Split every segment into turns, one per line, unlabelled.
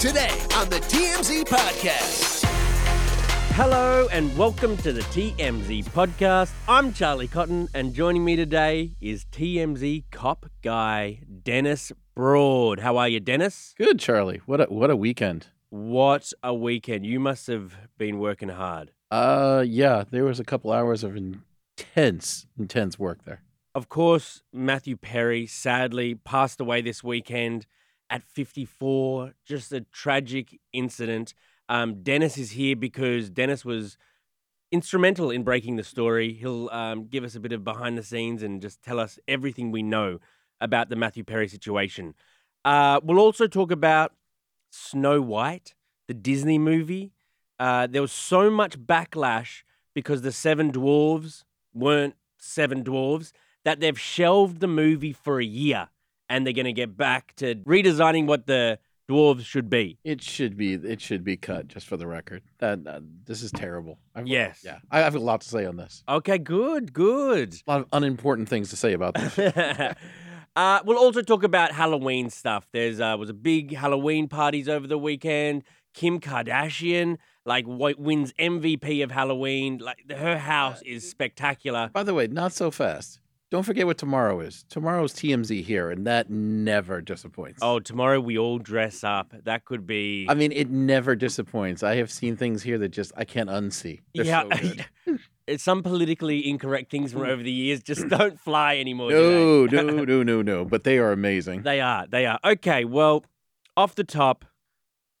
today on the TMZ Podcast.
Hello and welcome to the TMZ podcast. I'm Charlie Cotton, and joining me today is TMZ cop guy Dennis Broad. How are you, Dennis?
Good, Charlie. What a what a weekend.
What a weekend! You must have been working hard.
Uh yeah, there was a couple hours of intense, intense work there.
Of course, Matthew Perry sadly passed away this weekend at 54. Just a tragic incident. Um, Dennis is here because Dennis was instrumental in breaking the story. He'll um, give us a bit of behind the scenes and just tell us everything we know about the Matthew Perry situation. Uh, we'll also talk about Snow White, the Disney movie. Uh, there was so much backlash because the Seven Dwarves weren't Seven Dwarves that they've shelved the movie for a year and they're going to get back to redesigning what the dwarves should be.
It should be it should be cut just for the record. That uh, this is terrible. I've,
Yes.
Yeah. I have a lot to say on this.
Okay, good, good.
A lot of unimportant things to say about this.
uh, we'll also talk about Halloween stuff. There's uh, was a big Halloween parties over the weekend. Kim Kardashian like wa- wins MVP of Halloween. Like her house is spectacular.
By the way, not so fast. Don't forget what tomorrow is. Tomorrow's TMZ here, and that never disappoints.
Oh, tomorrow we all dress up. That could be.
I mean, it never disappoints. I have seen things here that just I can't unsee. They're so good.
Some politically incorrect things from over the years just don't fly anymore. do they?
No, no, no, no, no. But they are amazing.
They are. They are. Okay. Well, off the top,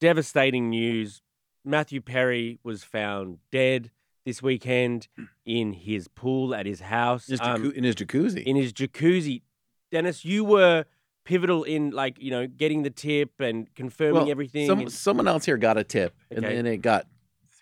devastating news. Matthew Perry was found dead this weekend in his pool at his house.
His
um,
jacu- in his jacuzzi.
in his jacuzzi. Dennis, you were pivotal in like, you know, getting the tip and confirming
Well,
everything.
some-
and-
someone else here got a tip, and
Okay.
then it got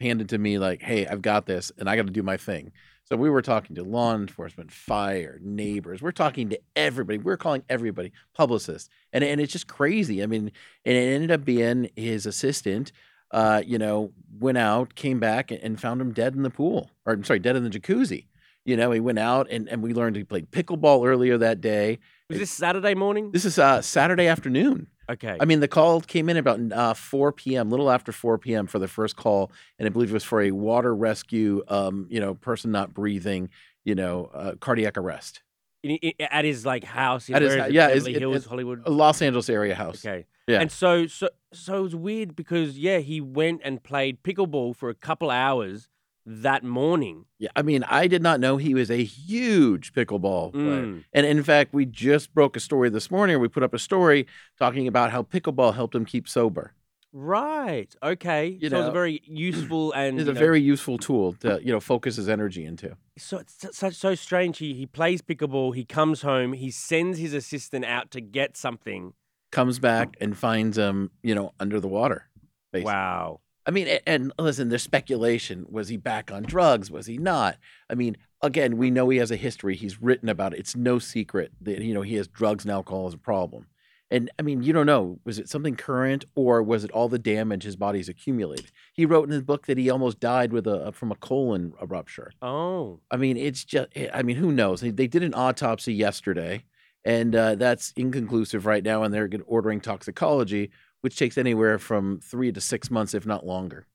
handed to me like, "Hey, I've got this, and I got to do my thing." So we were talking to law enforcement, fire, neighbors. We're talking to everybody. We're calling everybody, publicists, and and it's just crazy. I mean, and it ended up being his assistant. Uh, you know, went out, came back, and, and found him dead in the pool, or I'm sorry, dead in the jacuzzi. You know, he went out, and, and we learned he played pickleball earlier that day.
was this Saturday morning?
This is uh, Saturday afternoon.
okay.
I mean, the call came in about uh, 4 p.m., little after 4 p.m. for the first call, and I believe it was for a water rescue, um, you know, person not breathing, you know, uh, cardiac arrest,
In- in- at his like house in
At his
where
hou-
is it,
yeah, it's-
Beverly
it-
Hills,
it's-
Hollywood.
a Los Angeles area house.
Okay.
Yeah.
And so so so it was weird because yeah, he went and played pickleball for a couple hours that morning.
Yeah, I mean, I did not know he was a huge pickleball player.
Mm.
And in fact, we just broke a story this morning. Or we put up a story talking about how pickleball helped him keep sober.
Right. Okay.
You
so it was a
know,
very useful and
It's
you
a
know,
very useful tool to, you know, focus his energy into.
so it's so- so, so strange. He he plays pickleball, he comes home, he sends his assistant out to get something.
Comes back
Oh.
and finds him, you know, under the water. Basically.
Wow.
I mean, a- and listen, there's speculation. Was he back on drugs? Was he not? I mean, again, we know he has a history. He's written about it. It's no secret that, you know, he has drugs and alcohol as a problem. And I mean, you don't know. Was it something current or was it all the damage his body's accumulated? He wrote in his book that he almost died with a from a colon rupture.
Oh.
I mean, it's just, eh, I mean, who knows? They they did an autopsy yesterday, and uh, that's inconclusive right now, and they're gonna- ordering toxicology, which takes anywhere from three to six months, if not longer.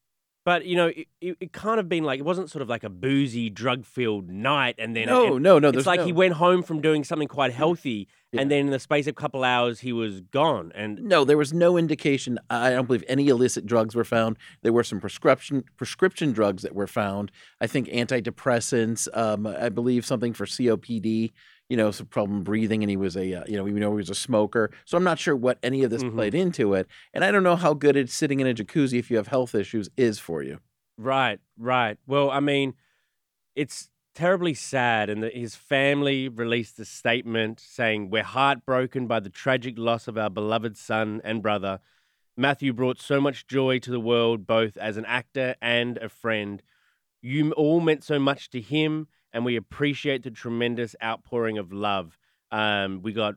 But you know, it, it, it kind of been like it wasn't sort of like a boozy, drug-filled night, and then
no,
and
no, no.
it's
There's
like
no,
he went home from doing something quite healthy,
Yeah.
and then in the space of a couple hours, he was gone. And
No, there was no indication. I don't believe any illicit drugs were found. There were some prescription prescription drugs that were found. I think antidepressants. Um, I believe something for COPD. You know, some problem breathing, and he was a uh, you know we know he was a smoker. So I'm not sure what any of this
Mhm.
played into it, and I don't know how good it's sitting in a jacuzzi if you have health issues is for you.
right, right. Well, I mean, it's terribly sad, and that his family released a statement saying, "We're heartbroken by the tragic loss of our beloved son and brother. Matthew brought so much joy to the world, both as an actor and a friend. You m- all meant so much to him, and we appreciate the tremendous outpouring of love. Um, we got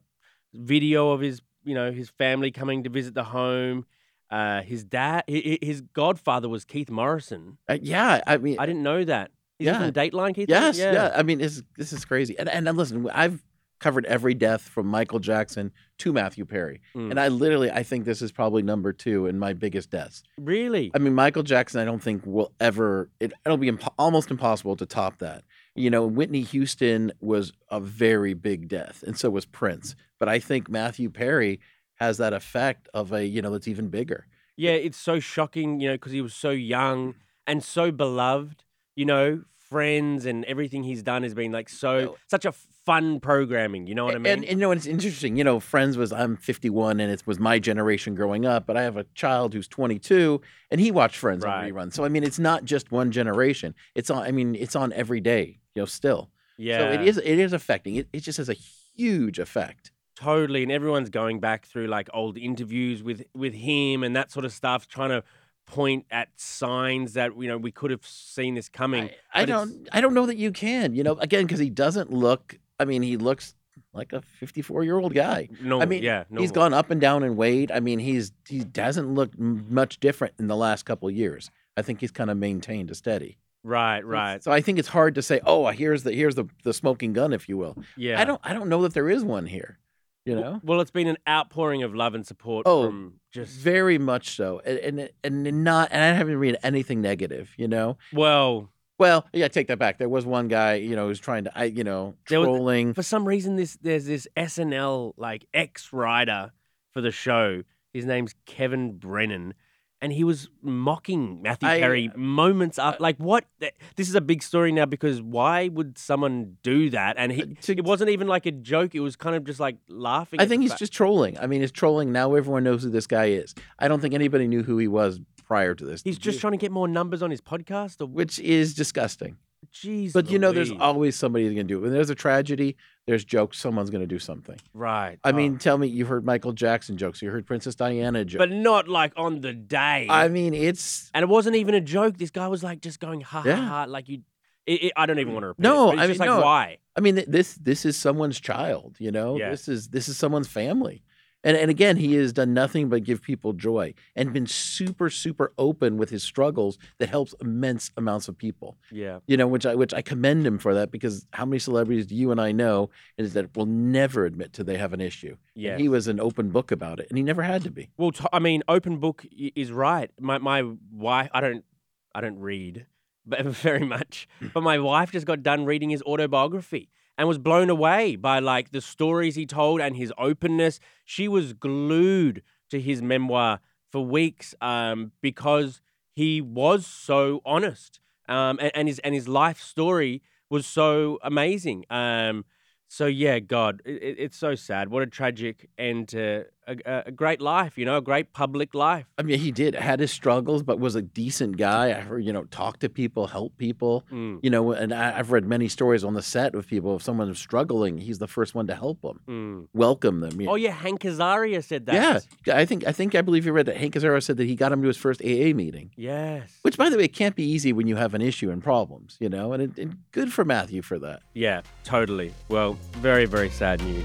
video of his, you know, his family coming to visit the home. Uh, his dad, hi- hi- his godfather was Keith Morrison.
Uh, yeah, I mean,
I didn't know that. Is he
Yeah.
from Dateline, Keith?
yes,
Morrison?
yeah. I mean, it's, this is crazy. And and uh, listen, I've covered every death from Michael Jackson to Matthew Perry.
Mm.
And I literally, I think this is probably number two in my biggest deaths.
Really?
I mean, Michael Jackson, I don't think will ever, it, it'll be impo- almost impossible to top that. You know, Whitney Houston was a very big death, and so was Prince. But I think Matthew Perry has that effect of a, you know, that's even bigger.
Yeah, it's so shocking, you know, because he was so young and so beloved, you know, friends and everything he's done has been like so, such a fun programming, you know what I
And-
mean?
And, and you know, it's interesting. You know, Friends was I'm 51, and it was my generation growing up, but I have a child who's 22, and he watched Friends
Right.
on reruns. So I mean, it's not just one generation. It's on. I mean, it's on every day. You know, still.
yeah,
So it is. It is affecting. It, it just has a huge effect.
totally. And everyone's going back through like old interviews with, with him and that sort of stuff, trying to point at signs that, you know, we could have seen this coming.
I, I
but it's-
don't. I don't know that you can. You know, again, because he doesn't look. I mean, he looks like a 54 year old guy.
no,
I mean,
yeah, no.
He's gone up and down in weight. I mean, he's he doesn't look m- much different in the last couple of years. I think he's kind of maintained a steady.
Right,
So it's-
right.
So I think it's hard to say, oh, here's the here's the the smoking gun, if you will.
Yeah.
I don't I don't know that there is one here. You know,
Well, it's been an outpouring of love and support
Oh,
from just,
very much so, and and, and not and I haven't read anything negative. You know,
well,
well, yeah, take that back. There was one guy, you know, who's trying to, I, you know,
There was-
trolling.
for some reason this there's this SNL like ex writer for the show. His name's Kevin Brennan, and he was mocking Matthew
I- uh,
Perry moments up. Like what? Th- This is a big story now because why would someone do that? And he,
Uh, to-
it wasn't even like a joke. It was kind of just like laughing.
I
at the
think he's
fact-
just trolling. I mean, he's trolling. Now everyone knows who this guy is. I don't think anybody knew who he was prior to this.
he's just trying to get more numbers on his podcast. Or
which is disgusting.
jeez,
But you know, there's
Louise.
always somebody who's going to do it. When there's a tragedy, there's jokes. Someone's going to do something.
right.
I
oh.
mean, tell me, you heard Michael Jackson jokes. You heard Princess Diana jokes.
but not like on the day.
I mean, it's
and it wasn't even a joke. This guy was like just going ha ha
Yeah. Mm.
ha. Like you, it, it, I don't even want to repeat.
No,
it, but it's
I
just
mean,
like
no.
why?
I mean, th- this this is someone's child, you know.
Yeah.
This is this is someone's family, and and again, he has done nothing but give people joy and been super super open with his struggles that helps immense amounts of people.
Yeah,
You know, which I which I commend him for that because how many celebrities do you and I know is that will never admit to they have an issue? And
yeah.
he was an open book about it, and he never had to be.
well, t- I mean, open book i- is right. My my wife, I don't, I don't read, but very much. but my wife just got done reading his autobiography and was blown away by like the stories he told and his openness. She was glued to his memoir for weeks um, because he was so honest um, and, and his and his life story was so amazing. Um, so yeah, God, it, it- it's so sad. What a tragic end to a, a- a great life, you know, a great public life.
I mean, he did had his struggles, but was a decent guy. I heard, you know, talk to people, help people.
Mm,
you know, and I, I've read many stories on the set of people. If someone's struggling, he's the first one to help them,
mm.
welcome them. you
Oh yeah, Hank Azaria said that.
yeah. I think I think I believe you read that Hank Azaro said that he got him to his first AA meeting.
Yes.
Which, by the way, can't be easy when you have an issue and problems, you know. And, it, and good for Matthew for that.
Yeah, totally. Well, very very sad news.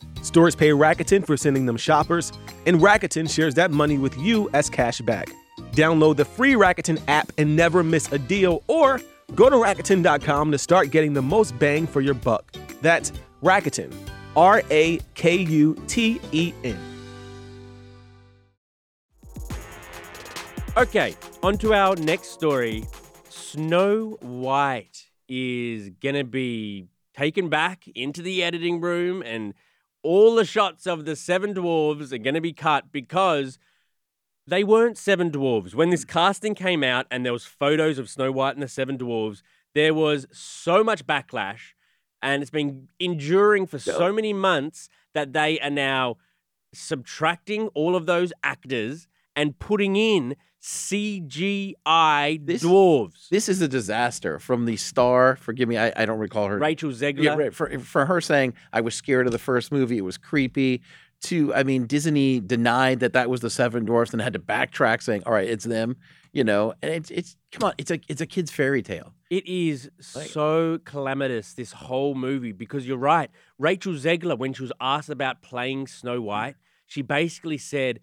stores pay Rakuten for sending them shoppers, and Rakuten shares that money with you as cash back. Download the free Rakuten app and never miss a deal, or go to Rakuten.com to start getting the most bang for your buck. That's Rakuten, R A K U T E N.
Okay, on to our next story. Snow White is going to be taken back into the editing room, and all the shots of the seven dwarves are going to be cut because they weren't seven dwarves. When this casting came out and there was photos of Snow White and the seven dwarves, there was so much backlash and it's been enduring for so many months that they are now subtracting all of those actors and putting in CGI
This-
dwarves.
This is a disaster from the star. Forgive me, I, I don't recall her.
Rachel Zegler.
Yeah, right. For, for her saying, I was scared of the first movie, it was creepy. To, I mean, Disney denied that that was the Seven Dwarfs and had to backtrack saying, all right, it's them, you know, and it's, it's come on, it's a, it's a kid's fairy tale.
It is
Like-
so calamitous, this whole movie, because you're right. Rachel Zegler, when she was asked about playing Snow White, she basically said,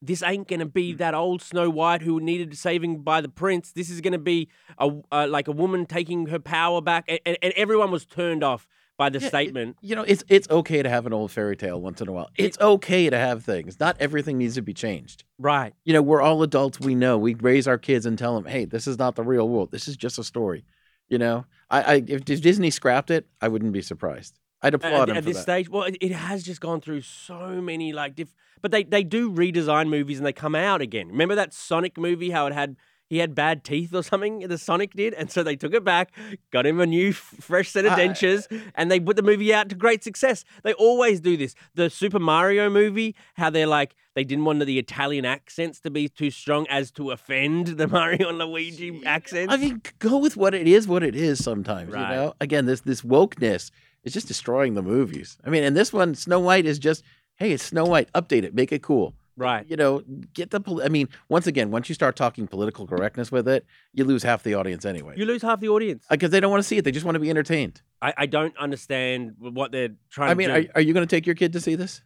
This ain't going to
Mm.
be that old Snow White who needed saving by the prince. This is going to be a, uh, like a woman taking her power back. And, and, and everyone was turned off by the
Yeah, it-
statement.
You know, it's, it's okay to have an old fairy tale once in a while. It's okay to have things. Not everything needs to be changed.
Right.
You know, we're all adults. We know. We raise our kids and tell them, hey, this is not the real world. This is just a story. You know, I, I if, if Disney scrapped it, I wouldn't be surprised. I'd
At-
applaud
at,
them
at
for
this
that.
stage. Well, it, it has just gone through so many like diff. But they they do redesign movies and they come out again. Remember that Sonic movie? How it had he had bad teeth or something. The Sonic did, and so they took it back, got him a new f- fresh set of
I-
dentures, and they put the movie out to great success. They always do this. The Super Mario movie, how they're like they didn't want the Italian accents to be too strong as to offend the Mario and Luigi accents.
I mean, g- go with what it is. What it is sometimes,
Right.
you know. Again, this this wokeness is just destroying the movies. I mean, and this one, Snow White is just, hey, it's Snow White. Update it, make it cool.
right.
You know, get the. Pol- I mean, once again, once you start talking political correctness with it, you lose half the audience anyway.
You lose half the audience.
because they don't want to see it. They just want to be entertained.
I, I don't understand what they're trying
I
to
mean,
do.
are, are you going to take your kid to see this?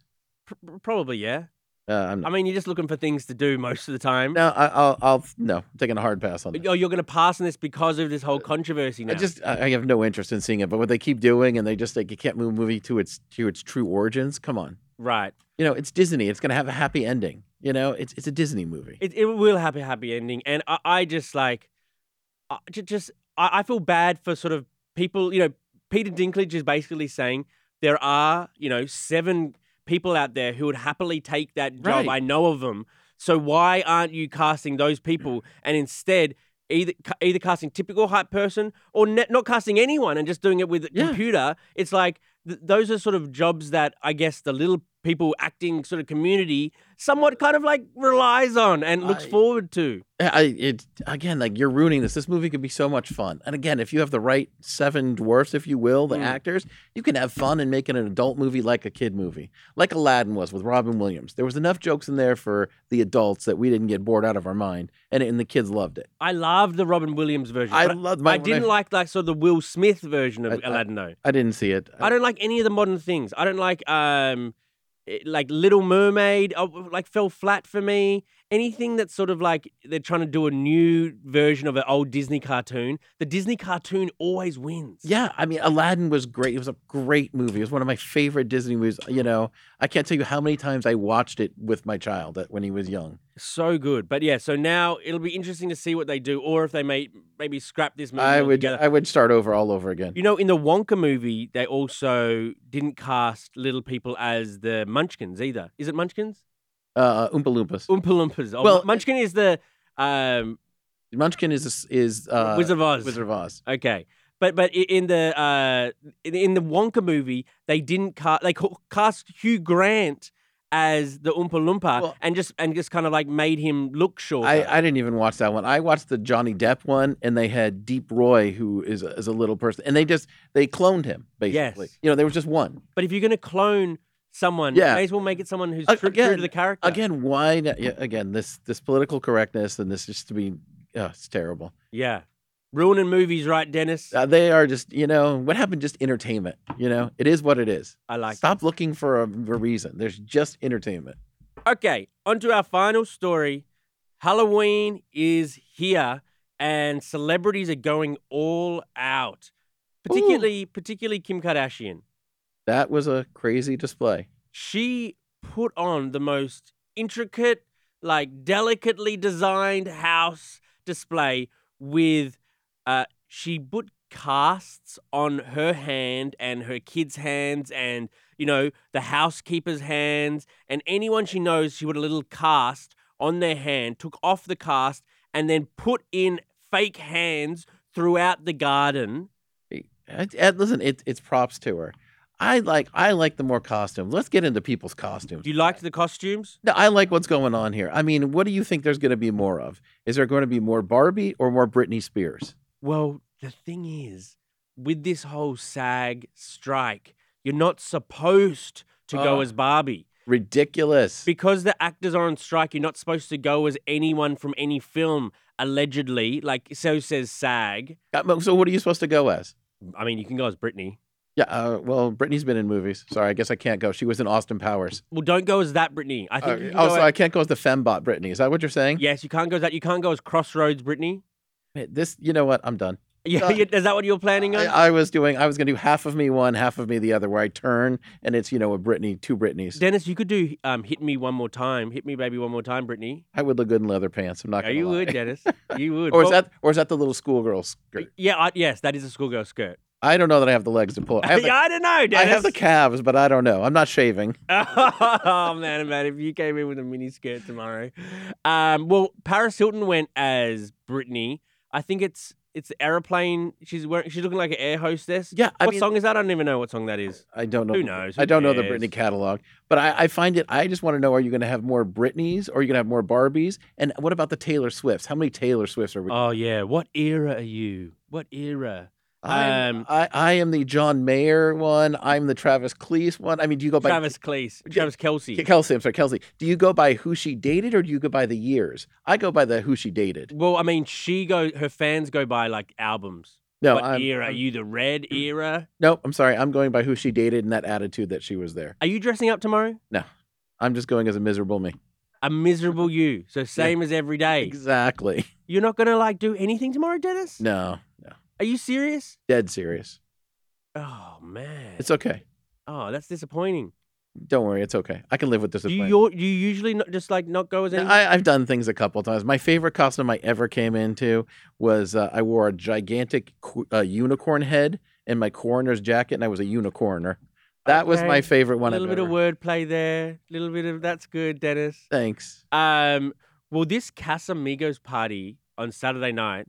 Pr- probably, yeah.
Uh, I'm
I
not.
mean, you're just looking for things to do most of the time.
No, I, I'll, I'll. No, I'm taking a hard pass on that.
Oh, you're going to pass on this because of this whole controversy now.
I just, I I have no interest in seeing it. But what they keep doing, and they just like you can't move a movie to its to its true origins. Come on,
right.
you know, it's Disney. It's going to have a happy ending. You know, it's it's a Disney movie.
It, it will have a happy ending, and I, I just like, I, ju- just I, I feel bad for sort of people. You know, Peter Dinklage is basically saying there are you know seven people out there who would happily take that job.
Right.
I know of them. So why aren't you casting those people and instead? Either, ca- either casting typical hype person or ne- not casting anyone and just doing it with a
Yeah.
computer. It's like th- those are sort of jobs that I guess the little people acting sort of community somewhat kind of like relies on and looks
I-
forward to.
I it again like you're ruining this. This movie could be so much fun. And again, if you have the right seven dwarfs, if you will, the
Mm.
actors, you can have fun and make it an adult movie like a kid movie, like Aladdin was with Robin Williams. There was enough jokes in there for the adults that we didn't get bored out of our mind, and and the kids loved it.
I loved the Robin Williams version.
I
but
loved
I,
my. when
didn't like like sort of the Will Smith version of
I- I-
Aladdin though.
I didn't see it.
I don't like any of the modern things. I don't like um eh, like Little Mermaid uh, like fell flat for me. Anything that's sort of like they're trying to do a new version of an old Disney cartoon, the Disney cartoon always wins.
Yeah, I mean, Aladdin was great. It was a great movie. It was one of my favorite Disney movies. You know, I can't tell you how many times I watched it with my child at- when he was young.
So good. But yeah, so now it'll be interesting to see what they do or if they may maybe scrap this movie
I would,
altogether.
I would start over all over again.
You know, in the Wonka movie, they also didn't cast little people as the Munchkins either. Is it Munchkins?
Uh, Oompa Loompas.
Oompa Loompas. Oh,
Well,
Munchkin is the um,
Munchkin is a s is uh,
Wizard of Oz.
Wizard of Oz.
Okay, but but i- in the uh, in, in the Wonka movie, they didn't cast they ca- cast Hugh Grant as the Oompa Loompa
Well-
and just and just kind of like made him look shorter.
I, I didn't even watch that one. I watched the Johnny Depp one, and they had Deep Roy, who is a, is a little person, and they just they cloned him basically.
Yes.
You know, there was just one.
but if you're gonna clone someone,
Yeah.
may as well make it someone who's
A-
true, true to
again-
the character.
Again, why? not- yeah, again, this this political correctness and this just to be, uh, it's terrible.
yeah, ruining movies, right, Dennis?
Uh, they are just, you know, what happened? Just entertainment. You know, it is what it is.
I like.
Stop looking for a, a reason. There's just entertainment.
Okay, on to our final story. Halloween is here and celebrities are going all out. Particularly particularly Kim Kardashian.
That was a crazy display.
She put on the most intricate, like delicately designed house display with uh she put casts on her hand and her kids' hands and you know the housekeeper's hands and anyone she knows she put a little cast on their hand, took off the cast, and then put in fake hands throughout the garden.
I, I- listen, it, it's props to her. I like I like the more costume. Let's get into people's costumes.
Do you like the costumes?
No, I like what's going on here. I mean, what do you think there's going to be more of? Is there going to be more Barbie or more Britney Spears?
Well, the thing is, with this whole SAG strike, you're not supposed to go
Oh.
as Barbie.
Ridiculous.
Because the actors are on strike, you're not supposed to go as anyone from any film, allegedly. Like, so says SAG.
Uh, so what are you supposed to go as?
I mean, you can go as Britney.
Yeah, uh, well, Britney's been in movies. Sorry, I guess I can't go. She was in Austin Powers.
Well, don't go as that Britney. I think
Uh,
you can
oh,
go
so
as-
I can't go as the fembot Britney. Is that what you're saying?
Yes, you can't go as that. You can't go as Crossroads Britney.
This, you know what? I'm done.
Yeah,
Uh,
you- is that what you're planning on?
I, I was doing. I was going to do half of me one, half of me the other, where I turn and it's you know a Britney, two Britneys.
Dennis, you could do um, "Hit Me One More Time," "Hit Me Baby One More Time," Britney.
I would look good in leather pants. I'm not.
Yeah,
gonna
you
lie.
would, Dennis. You would.
Or is
Well,
that or is that the little schoolgirl skirt?
Yeah, I, yes, that is a schoolgirl skirt.
I don't know that I have the legs to pull. it. I have the,
yeah, I don't know,
I
Dennis.
have the calves, but I don't know. I'm not shaving.
oh man, man! If you came in with a mini skirt tomorrow, um, well, Paris Hilton went as Britney. I think it's it's the airplane. She's wearing. She's looking like an air hostess.
Yeah, I
what
mean,
song is that? I don't even know what song that is.
I don't know.
Who knows? Who
I don't know the
cares?
Britney catalog, but I, I find it. I just want to know: Are you going to have more Britneys? Or are you going to have more Barbies? And what about the Taylor Swifts? How many Taylor Swifts are we?
Oh yeah, what era are you? What era?
I'm-
um,
I I am the John Mayer one. I'm the Travis Cleese one. I mean, do you go by
Travis Cleese, Travis Kelsey.
Kelsey? I'm sorry, Kelsey. Do you go by who she dated, or do you go by the years? I go by the who she dated.
Well, I mean, she go her fans go by like albums.
No,
what
I'm,
era?
I'm-
are you the red era?
no, I'm sorry. I'm going by who she dated and that attitude that she was there.
Are you dressing up tomorrow?
I'm just going as a miserable me.
A miserable you. So same as every day.
Exactly.
You're not gonna like do anything tomorrow, Dennis?
No, no,
Are you serious?
dead serious.
Oh man.
It's okay.
oh, that's disappointing.
Don't worry, it's okay. I can live with this.
Do you you're- you usually not just like not go as any?
I, I've done things a couple times. My favorite costume I ever came into was uh, I wore a gigantic qu- uh, unicorn head in my coroner's jacket, and I was a unicorner. That was
Okay.
my favorite
a
one.
little
I've
bit of
ever-
wordplay there. A little bit of that's good, Dennis.
Thanks.
Um, well, this Casamigos party on Saturday night,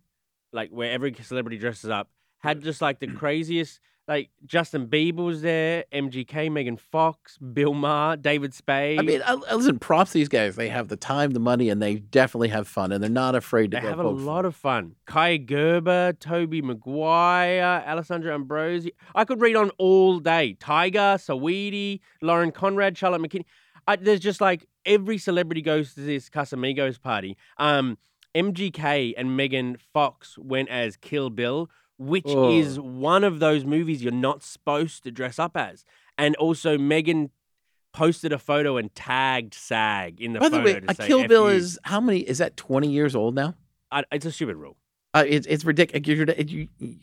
like where every celebrity dresses up,
Mm.
had just like the craziest. Like Justin Bieber was there, MGK, Megan Fox, Bill Maher, David Spade.
I mean, I, I listen. Props to these guys. They have the time, the money, and they definitely have fun, and they're not afraid to
they
go
have a
poke fun.
lot of fun. Kaya Gerber, Toby Maguire, Alessandra Ambrosi. I could read on all day. Tiger, Saweetie, Lauren Conrad, Charlotte McKinney. I, there's just like every celebrity goes to this Casamigos party. Um, MGK and Megan Fox went as Kill Bill, which
Oh.
is one of those movies you're not supposed to dress up as. And also, Megan posted a photo and tagged SAG in the
By
photo.
the way,
to
a
say
Kill
F
Bill
you.
is how many? Is that twenty years old now?
I, it's a stupid rule.
Uh, it's it's ridiculous.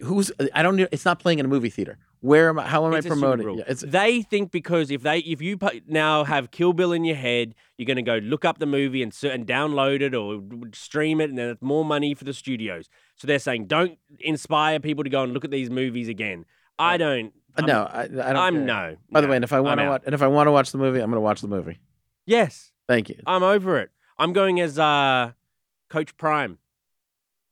who's I don't know. It's not playing in a movie theater. Where am I? How am
It's
I
a stupid
promoting?
rule.
Yeah, it's
they think because if they if you pu- now have Kill Bill in your head, you're going to go look up the movie and, cer- and download it or stream it, and then it's more money for the studios. So they're saying don't inspire people to go and look at these movies again. I don't.
Uh,
I'm-
no, I, I don't.
I'm
care.
no.
By the
no.
way, and if I want to
out.
watch, and if I want to watch the movie, I'm going to watch the movie.
yes,
Thank you.
I'm over it. I'm going as uh, Coach Prime.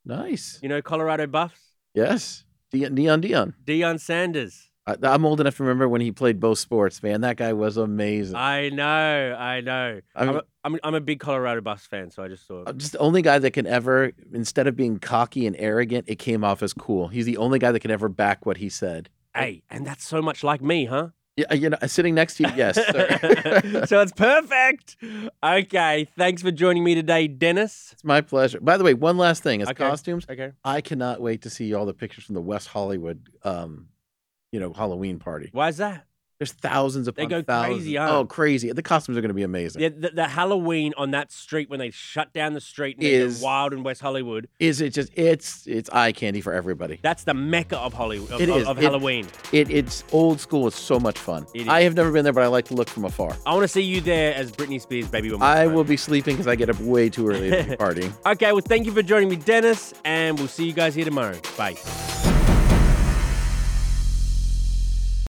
Nice.
You know, Colorado Buffs,
Yes. De- Neon Dion.
Dion Sanders.
I, I'm old enough to remember when he played both sports. Man, that guy was amazing.
I know, I know.
I
I'm
mean,
a, I'm, I'm a big Colorado Buffs fan, so I just thought.
I'm just the only guy that can ever, instead of being cocky and arrogant, it came off as cool. He's the only guy that can ever back what he said.
Hey, and that's so much like me, huh?
Yeah, uh, you know, sitting next to you, yes. sir.
so it's perfect. Okay, thanks for joining me today, Dennis.
it's my pleasure. By the way, one last thing: as
Okay.
costumes,
Okay.
I cannot wait to see all the pictures from the West Hollywood, um, you know, Halloween party.
Why is that?
There's thousands upon
They go
thousands.
crazy, huh?
Oh, crazy! The costumes are going to be amazing.
The, the, the Halloween on that street when they shut down the street and they
Is-
get wild in West Hollywood.
Is it just? It's it's eye candy for everybody.
That's the mecca of Hollywood of,
It
of-
is.
of
It-
Halloween.
It it's old school. It's so much fun.
It is.
I have never been there, but I like to look from afar.
I want to see you there as Britney Spears, baby. One More
I
Time.
will be sleeping because I get up way too early to be partying.
Okay, well, thank you for joining me, Dennis, and we'll see you guys here tomorrow. Bye.